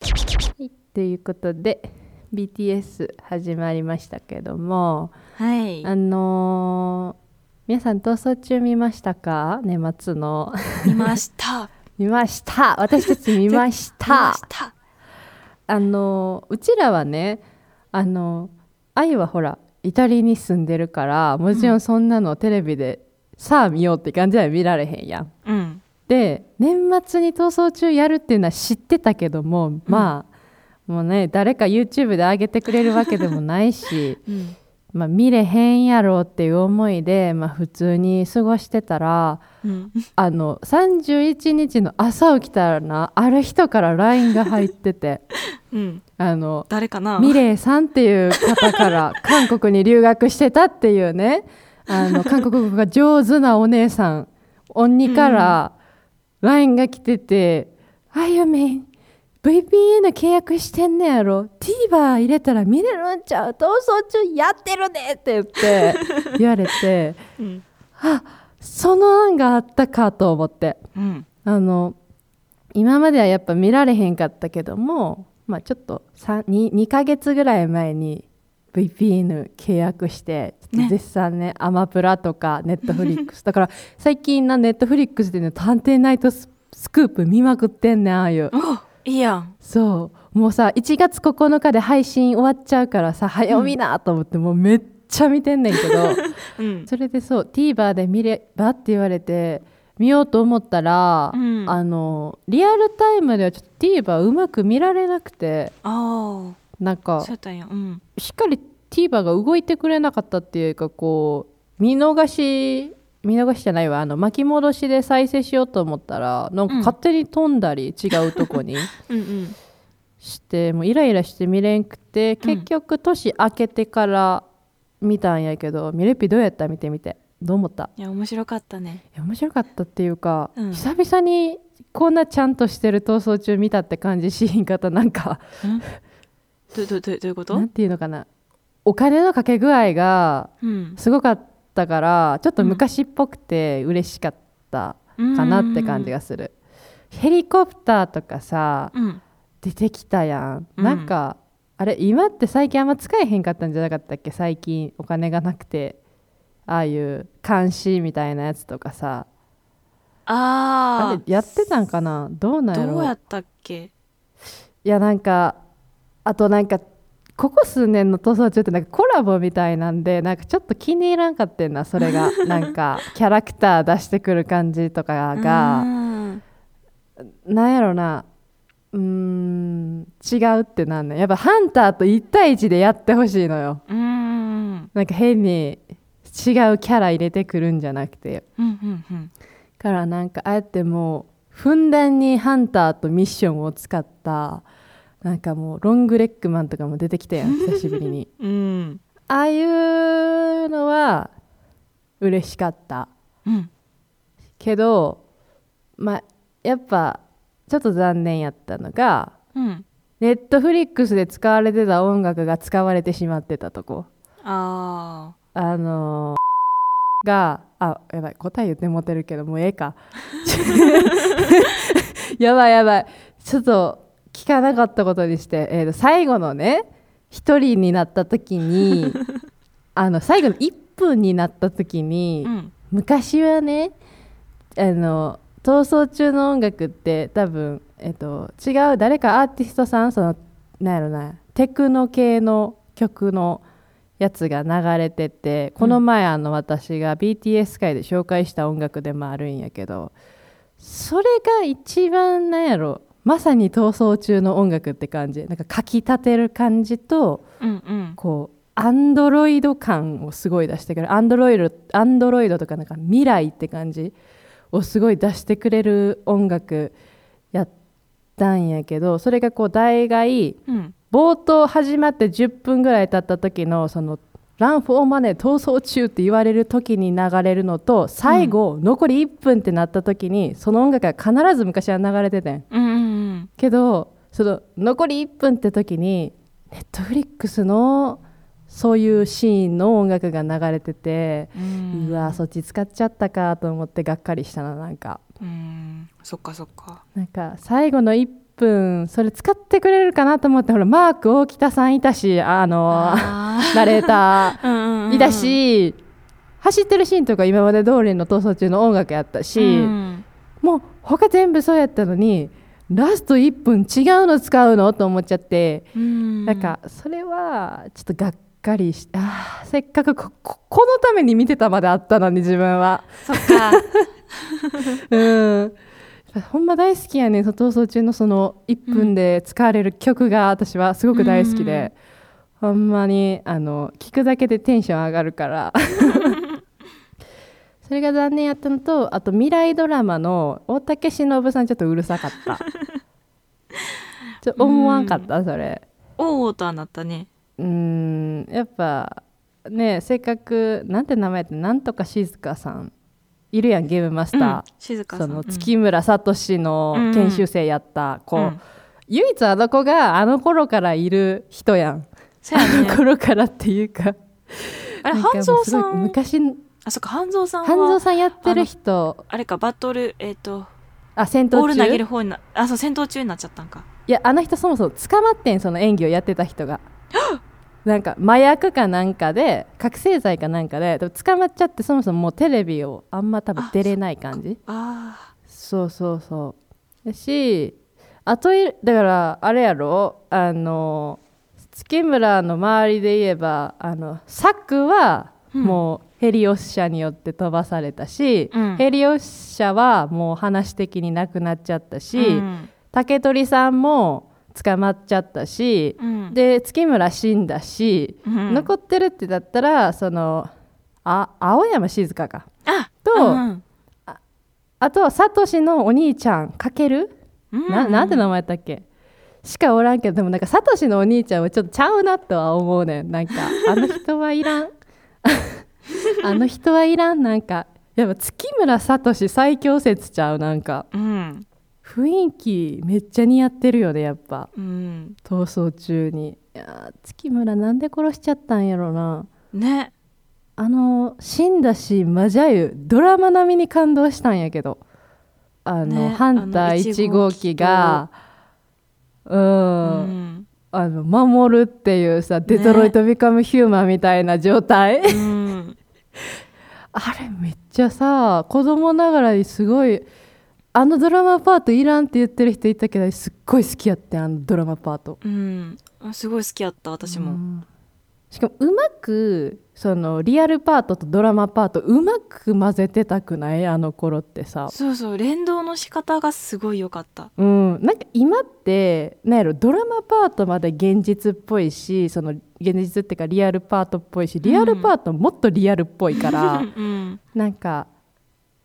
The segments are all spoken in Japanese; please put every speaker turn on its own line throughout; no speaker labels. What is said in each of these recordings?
はい、ということで BTS 始まりましたけども、
はい
あのー皆さん逃走中見ましたか年末の
見ました
見ました私たち見まし
見ま
た
した
あのーうちらはねあのー愛はほらイタリアに住んでるからもちろんそんなのテレビで、さあ見ようって感じでは見られへんやん
うん
で年末に「逃走中」やるっていうのは知ってたけども、まあもうね誰か YouTube で上げてくれるわけでもないし
うん
まあ見れへんやろうっていう思いで、まあ、普通に過ごしてたら
うん
あの31日の朝起きたらなある人から LINE が入ってて
うん
あの
誰かな
ミレイさんっていう方から韓国に留学してたっていうねあの韓国語が上手なお姉さん鬼から LINE が来てて「あゆみん VPN 契約してんねやろ TVer 入れたら見れるんちゃう逃走中やってるで!」って言って言われて
うん
あその案があったかと思って。
うん
あの今まではやっぱ見られへんかったけども、まあ、ちょっと 2, 2ヶ月ぐらい前に VPN 契約してちょっ
ね
と絶賛ねアマプラとかネットフリックスだから最近なネットフリックスでね「探偵ナイトススクープ」見まくってんねんああいう
おいいやん
そうもうさ1月9日で配信終わっちゃうからさ早見なと思って、もうめっちゃ見てんねんけど。
うん
それでそう TVer で見ればって言われて見ようと思ったら、
うん
あのリアルタイムではちょっと TVer うまく見られなくて
あ
なん
あ
か
そうやったんやうん
しっかり TVer が動いてくれなかったっていうかこう見逃し見逃しじゃないわあの巻き戻しで再生しようと思ったらなんか
うん
勝手に飛んだり、違うとこに
うんうん
してもうイライラして見れんくて結局年明けてから見たんやけど、ミレピどうやった見てみてどう思った
いや面白かったね
いや面白かったっていうか、
うん
久々にこんなちゃんとしてる逃走中見たって感じしひんかったなんか
どどどどういうこ
な
と
んていうのかなお金のかけ具合が
うん
すごかったからちょっと昔っぽくて嬉しかったかなって感じがする、ヘリコプターとかさ
うん
出てきたやん、
うん
なんかあれ今って最近あんま使えへんかったんじゃなかったっけ最近お金がなくてああいう監視みたいなやつとかさあ
あ
れやってたんかなどうな
あ
んやろ
どうやったっけ
いやなんかあとなんかここ数年の逃走中ってなんかコラボみたいなんでなんかちょっと気に入らんかってんなそれがなんかキャラクター出してくる感じとか
う
が
ん
なんやろなうーん違うってなんねんやっぱハンターと1対1でやってほしいのよ
うん
なんか変に違うキャラ入れてくるんじゃなくて
うんうんうん
からなんかああやってもうふんだんにハンターとミッションを使ったなんかもうロングレッグマンとかも出てきたやん久しぶりに
うん
ああいうのは嬉しかった
うん
けどまあやっぱちょっと残念やったのが
うん
ネットフリックスで使われてた音楽が使われてしまってたとこ
あ
あのーが、あ、やばい、答え言ってもてるけど、もうええか。 やばいやばい。ちょっと聞かなかったことにして、えーと、最後のね、一人になった時に、あの、最後の1分になった時
ー
に、
うん
昔はね、あの、逃走中の音楽って多分、えっ、と、違う誰かアーティストさん、その、なんやろな、テクノ系の曲のやつが流れてて、この前あの私が BTS 界で紹介した音楽でもあるんやけど、それが一番なんやろ、まさに逃走中の音楽って感じ。なんかかきたてる感じと、
うんうん
こうアンドロイド感をすごい出してくれるアンドロイドアンドロイドとかなんか未来って感じをすごい出してくれる音楽やったんやけどそれがこう大概
うん
冒頭始まって10分ぐらい経った時のその「ラン・フォー・マネー逃走中」って言われる時に流れるのと最後、残り1分ってなった時にその音楽が必ず昔は流れててん。
うんうん
けどその残り1分って時にネットフリックスのそういうシーンの音楽が流れてて、
うん
うわそっち使っちゃったかと思ってがっかりしたななんか
うんそっかそっか
なんか最後の1分それ使ってくれるかなと思ってほらマーク大北さんいたしあのナレータ
うんうんうん
ーいたし、走ってるシーンとか今まで通りの逃走中の音楽やったし、
うん
もう他全部そうやったのにラスト1分違うの使うのと思っちゃって、
うん
なんかそれはちょっとがっかりしあーせっかくこここのために見てたまであったのに自分は。
そっか
うんほんま大好きやねんその逃走中のその1分で使われる曲が私はすごく大好きで、ほんまにあの聞くだけでテンション上がるから それが残念やったのとあと未来ドラマの大竹しのぶさんちょっとうるさかった ちょ思わんかったそれ
おおとはなったね
うんやっぱねせっかくなんて名前やってなんとか静香さんいるやんゲームマスター、
うん静香さ
そ
ん
の月村聡の研修生やった子、
うんうん
唯一あの子があの頃からいる人やん、
そう や
あの
ね
頃からっていうか
あれ
なんか
半蔵さ
もうすごい
ん
昔
あそっか半蔵さん
半蔵
は
さんやってる人
あれかバトルえっと
あ戦闘中
ボール投げる方になあそう戦闘中になっちゃったんか
いやあの人そもそも捕まってんその演技をやってた人 がなんか麻薬かなんかで覚醒剤かなんかででも捕まっちゃってそもそももうテレビをあんま多分出れない感じ
あ
そうそうそうだしあといだからあれやろあの月村の周りで言えばあのサクは
うん
もうヘリオス社によって飛ばされたし、
うん
ヘリオス社はもう話的になくなっちゃった
ー
し、竹取さんも捕まっちゃったし、
うん
で月村死んだし、
うん
残ってるってだったらそのあ青山静香か
あ
と
うん
あとはサトシのお兄ちゃんかける
うん
ななんて名前やったっけしかおらんけどでもなんかサトシのお兄ちゃんはちょっとちゃうなとは思うねんなんかあの人はいらん あの人はいらんなんかやっぱ月村サトシ最強説ちゃうなんか
うん
雰囲気めっちゃ似合ってるよねやっぱ
うん
逃走中にいやー月村なんで殺しちゃったんやろな
ね
あの死んだしマジャユドラマ並みに感動したんやけどあの、
ね
ハンタ
あの
ー
1
1
号
号
機
機
と
がう、
うんん
あの守るっていうさ、デトロイト・ビカム・ヒューマンみたいな状態
うん
あれめっちゃさ子供ながらにすごいあのドラマパートいらんって言ってる人いたけどすっごい好きやってんあのドラマパート
うんあすごい好きやった私
う
も
んしかもうまくそのリアルパートとドラマパートうまく混ぜてたくないあの頃ってさ
そうそう連動の仕方がすごい良かった
うん、なんか今ってなんやろドラマパートまで現実っぽいしその現実っていうかリアルパートっぽいしリアルパートもっとリアルっぽいか
う
ら、
んうん
なんか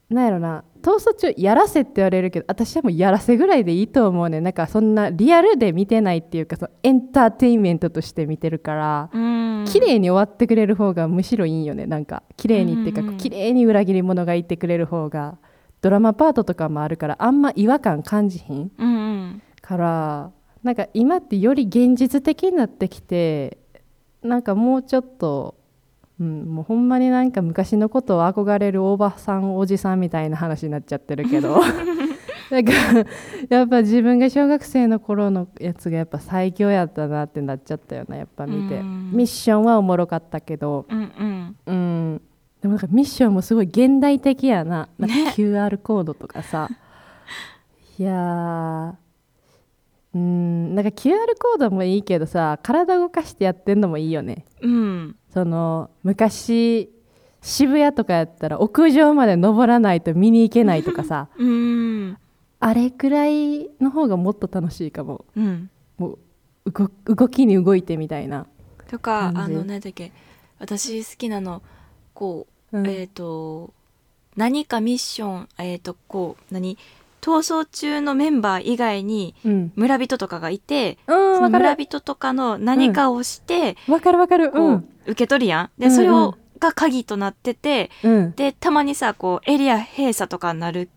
なんやろな逃走中やらせって言われるけど私はもうやらせぐらいでいいと思うねなんかそんなリアルで見てないっていうかそのエンターテインメントとして見てるから、
うん
綺麗に終わってくれる方がむしろいいんよねなんか綺麗にっていうか、
うんうん
こう綺麗に裏切り者が言ってくれる方がドラマパートとかもあるからあんま違和感感じひん
うんうん
からなんか今ってより現実的になってきてなんかもうちょっと、うん、もうほんまになんか昔のことを憧れるおばさんおじさんみたいな話になっちゃってるけ どなんかやっぱ自分が小学生の頃のやつがやっぱ最強やったなってなっちゃったよなやっぱ見て
うん
ミッションはおもろかったけど、
うんうん
うん、でもなんかミッションもすごい現代的やななんか
ね
QR コードとか さいやーうんなんか QR コードもいいけどさ体動かしてやってんのもいいよね
うん
その昔渋谷とかやったら屋上まで登らないと見に行けないとか さ
うん
あれくらいの方がもっと楽しいかも
うん
もう動動きに動いてみたいな、
とか
感
あ
じ
の何だっけ私好きなのこ
う
う、
ん
えっ、と何かミッションえっ、とこう何逃走中のメンバー以外に
うん
村人とかがいて、
うん
その
わか
村
る
人とかの何かをして、
わかるわかるう
こうん受け取るやん。で、
うんうん
それをが鍵となってて
うん
でたまにさこうエリア閉鎖とかになる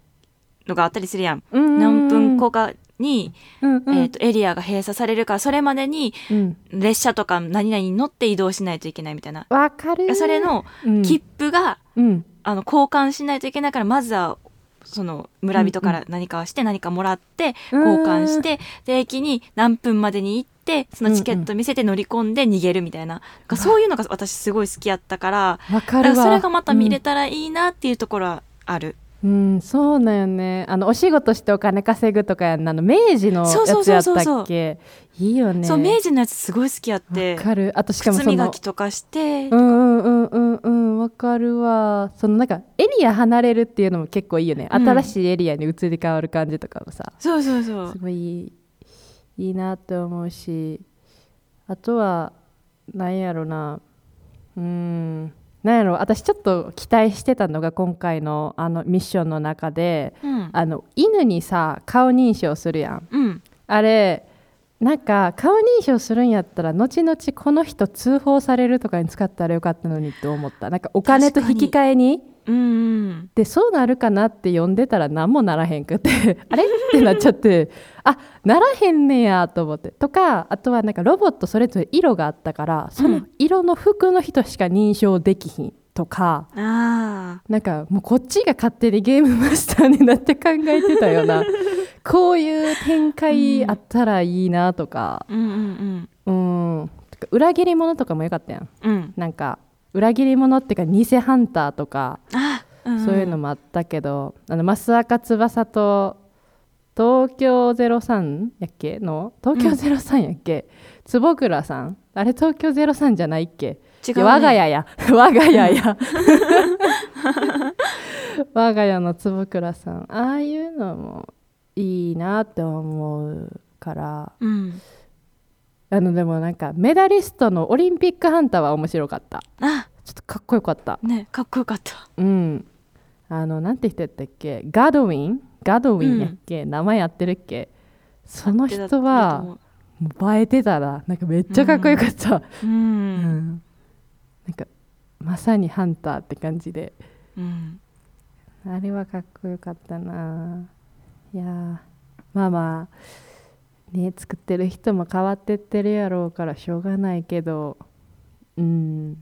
のがあったりするやん。
うん
何分後かに、
うんうん
えー、とエリアが閉鎖されるからそれまでに
うん
列車とか何々に乗って移動しないといけないみたいな。
わかる
それの
うん
切符が、
うん
あの交換しないといけないからまずはその村人から何かして何かもらって
うん
交換してで駅に何分までに行ってそのチケット見せて乗り込んで逃げるみたいななんかそういうのが私すごい好きやったから
わか
だか
るわ
らそれがまた見れたらいいなっていうところはある。
うん、うんそうだよねあのお仕事してお金稼ぐとかやんなあの明治の
そうそ
や
う
つ
そ
や
う
った
そう
っけいいよね
そう明治のやつすごい好きやって
わかるあとしかも
靴
そ
磨
の
きとかして、
うんうんうんうんうんわかるわそのなんかエリア離れるっていうのも結構いいよね、
うん
新しいエリアに移り変わる感じとかもさ
そうそうそう
すごいいいいいなって思うしあとはなんやろなうーんなんやろ私ちょっと期待してたのが今回のあのミッションの中で
うん
あの犬にさ顔認証するやん
うん
あれなんか顔認証するんやったら後々この人通報されるとかに使ったらよかったのにって思ったなんかお金と
確か
引
に
き換えに
うんうん
でそうなるかなって呼んでたら何もならへんくて あれってなっちゃって あならへんねやと思ってとかあとはなんかロボットそれぞれ色があったからその色の服の人しか認証できひんとか。
あ
なんかもうこっちが勝手にゲームマスターになって考えてたようなこういう展開あったらいいなとか
あうんうん
うんてか裏切り者とかもよかったやん
うんうん
なんか裏切り者っていうか偽ハンターとか、
あー、んん
そういうのもあったけどあの益若翼と東京03やっけの東京03やっけ、坪倉さんあれ東京03じゃないっけ
違う、
いや
ね、
我が家や 我が家 や我が家の坪倉さんああいうのもいいなって思うから
うん
あのでもなんかメダリストのオリンピックハンターは面白かった
あ
ちょっとかっこよかった
ねかっこよかった
うんあのなんて人やったっけガドウィンガドウィンやっけ、名前やってるっけその人はもう映えてたななんかめっちゃかっこよかった、
う
うん
ん
なんかまさにハンターって感じで
うん
あれはかっこよかったないやーまあまあね作ってる人も変わってってるやろうからしょうがないけどうん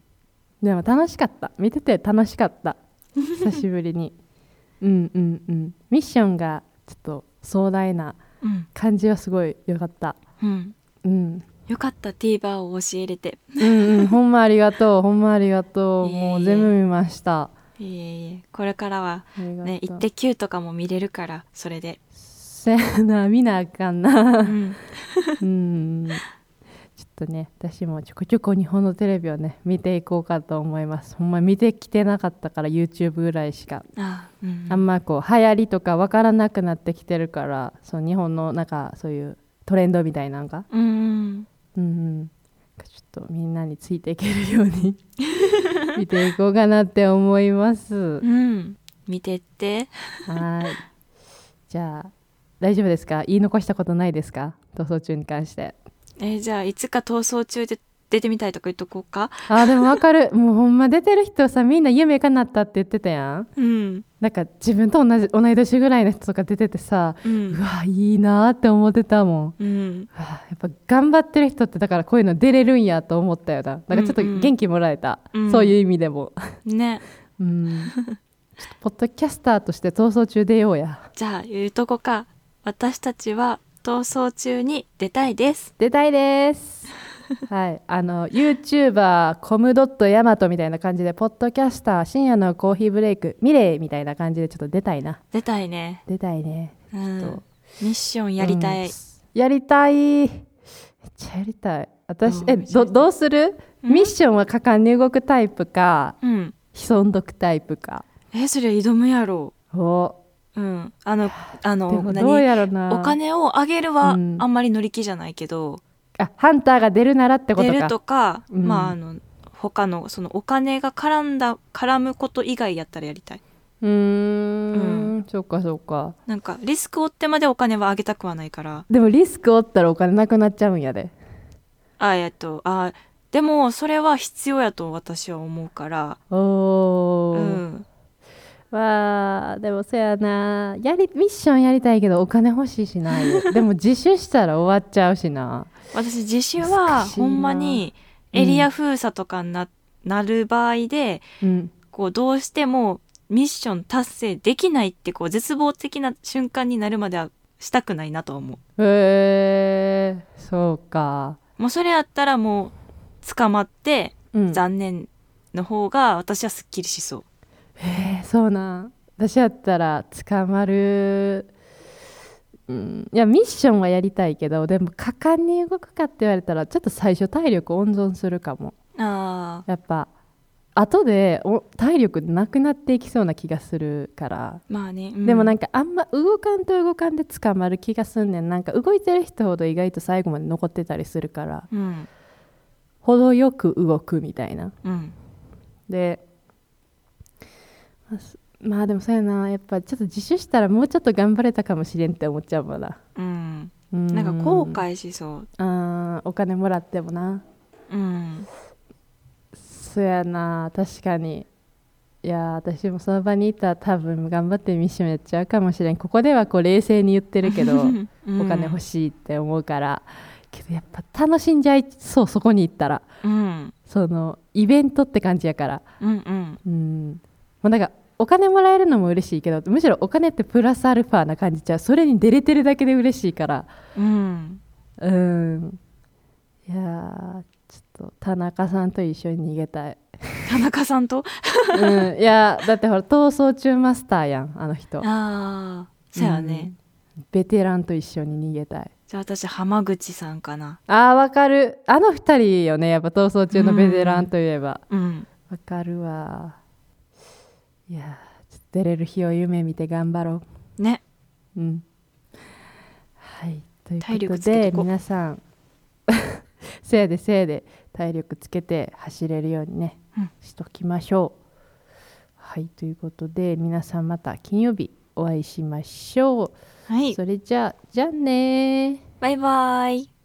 でも楽しかった見てて楽しかった久しぶりにうんうんうんミッションがちょっと壮大な
うん
感じはすごい良かった
うん
うん
よかった TVer を教えれて
うんうんほんまありが とうほんまありがとうもう全部見ました
いえいえこれからは
ありがとう
ね「イッテ Q!」とかも見れるからそれで、
せやな見なあかん
う、
なんうんちょっとね私もちょこちょこ日本のテレビをね見ていこうかと思いますほんま見てきてなかったから YouTube ぐらいしか、
あー、うん、
あんまこう流行りとかわからなくなってきてるからそう日本のなんかそういうトレンドみたいなのが
うんうん
うんうんちょっとみんなについていけるように 見ていこうかなって思います
うん見てって
はいじゃあ大丈夫ですか言い残したことないですか逃走中に関して
えーじゃあいつか逃走中で出てみたいとか言っとこうか
あーでもわかるもうほんま出てる人さみんな夢叶ったって言ってたやん
うん、
なんか自分と同じ同い年ぐらいの人とか出ててさ
う
うんわいいなーって思ってたもん
うん、
うわやっぱ頑張ってる人ってだからこういうの出れるんやと思ったよななんかちょっと
うんうん
元気もらえた、
うん
そういう意味で も
ね
うんちょっとポッドキャスターとして逃走中出ようや
じゃあ言うとこか私たちは逃走中に出たいです
出たいですはいあの YouTuber コムドットヤマトみたいな感じでポッドキャスター深夜のコーヒーブレイクミレイみたいな感じでちょっと出たいな
出たいね
出たいね
う
ちょっ
ん
と
ミッションやりたい、
うんやりたいめっちゃやりたい私
うん
え
めっちゃ
ど
やりたい
どうする、
うん
ミッションは果敢に動くタイプか
うん、
潜んどくタイプか
えそれ挑むやろ
お
ううんあの あ
で
の
もどう
何
やろな
お金をあげるはあ
うん
んまり乗り気じゃないけど、
あハンターが出るならってこと
出
か
るとか、
うん
まああの他のそのお金が絡んだ絡むこと以外やったらやりたいう
ーん
うん
そうかそうか
なんかリスクを負ってまでお金はあげたくはないから
でもリスク負ったらお金なくなっちゃうんやで
あえっとあでもそれは必要やと私は思うから
お
う
ー、
ん
わあでもそやなやりミッションやりたいけどお金欲しいしなでも自首したら終わっちゃうしな
私自首
難
は
しいな
ほんまにエリア封鎖とかにな,、なる場合で
うん
こうどうしてもミッション達成できないってこう絶望的な瞬間になるまではしたくないなとは思
へえそうか、
うもうそれやったらもう捕まって
うん、
残念の方が私はすっきりしそう
えーそうなん私やったら捕まる、うん、いやミッションはやりたいけどでも果敢に動くかって言われたらちょっと最初体力温存するかも
ああ
やっぱ後でお体力なくなっていきそうな気がするから、
まあね、
でもなん
か
かあんま動かんと動かんで捕まる気がすんねんなんか動いてる人ほど意外と最後まで残ってたりするから
うん
程よく動くみたいな
うん
でまあすまあでもそうやなやっぱちょっと自首したらもうちょっと頑張れたかもしれんって思っちゃうもんな
うん
うん
なんか後悔しそう
あーお金もらってもな
うん
そうやな確かにいやー私もその場にいたら多分頑張ってミッションやっちゃうかもしれんここではこう冷静に言ってるけ どお金欲
し
しいって思うから、けどやっぱ楽しんじゃいそうそこに行ったら
い、うん、
そのイベントって感じやから
うんうん
うんもうなんかお金もらえるのも嬉しいけどむしろお金ってプラスアルファな感じちゃうそれに出れてるだけで嬉しいから
うん
うんいやーちょっと田中さんと一緒に逃げたい、
田中さんと
うん、いやーだってほら逃走中マスターやんあの人
ああそうやね、
うんベテランと一緒に逃げたい
じゃあ私浜口さんかな
あーわかるあの二人よねやっぱ逃走中のベテランといえば
うん
わかるわいやーちょっと出れる日を夢見て頑張ろう
ね
うん。はい。という
体
こと
力つけて
で、
こ
皆さん、 せいでせいで体力つけて走れるようにね、
うん
しときましょう。はい。ということで、皆さんまた金曜日お会いしましょう。
はい
それじゃあ、じゃあねー。
バイバイ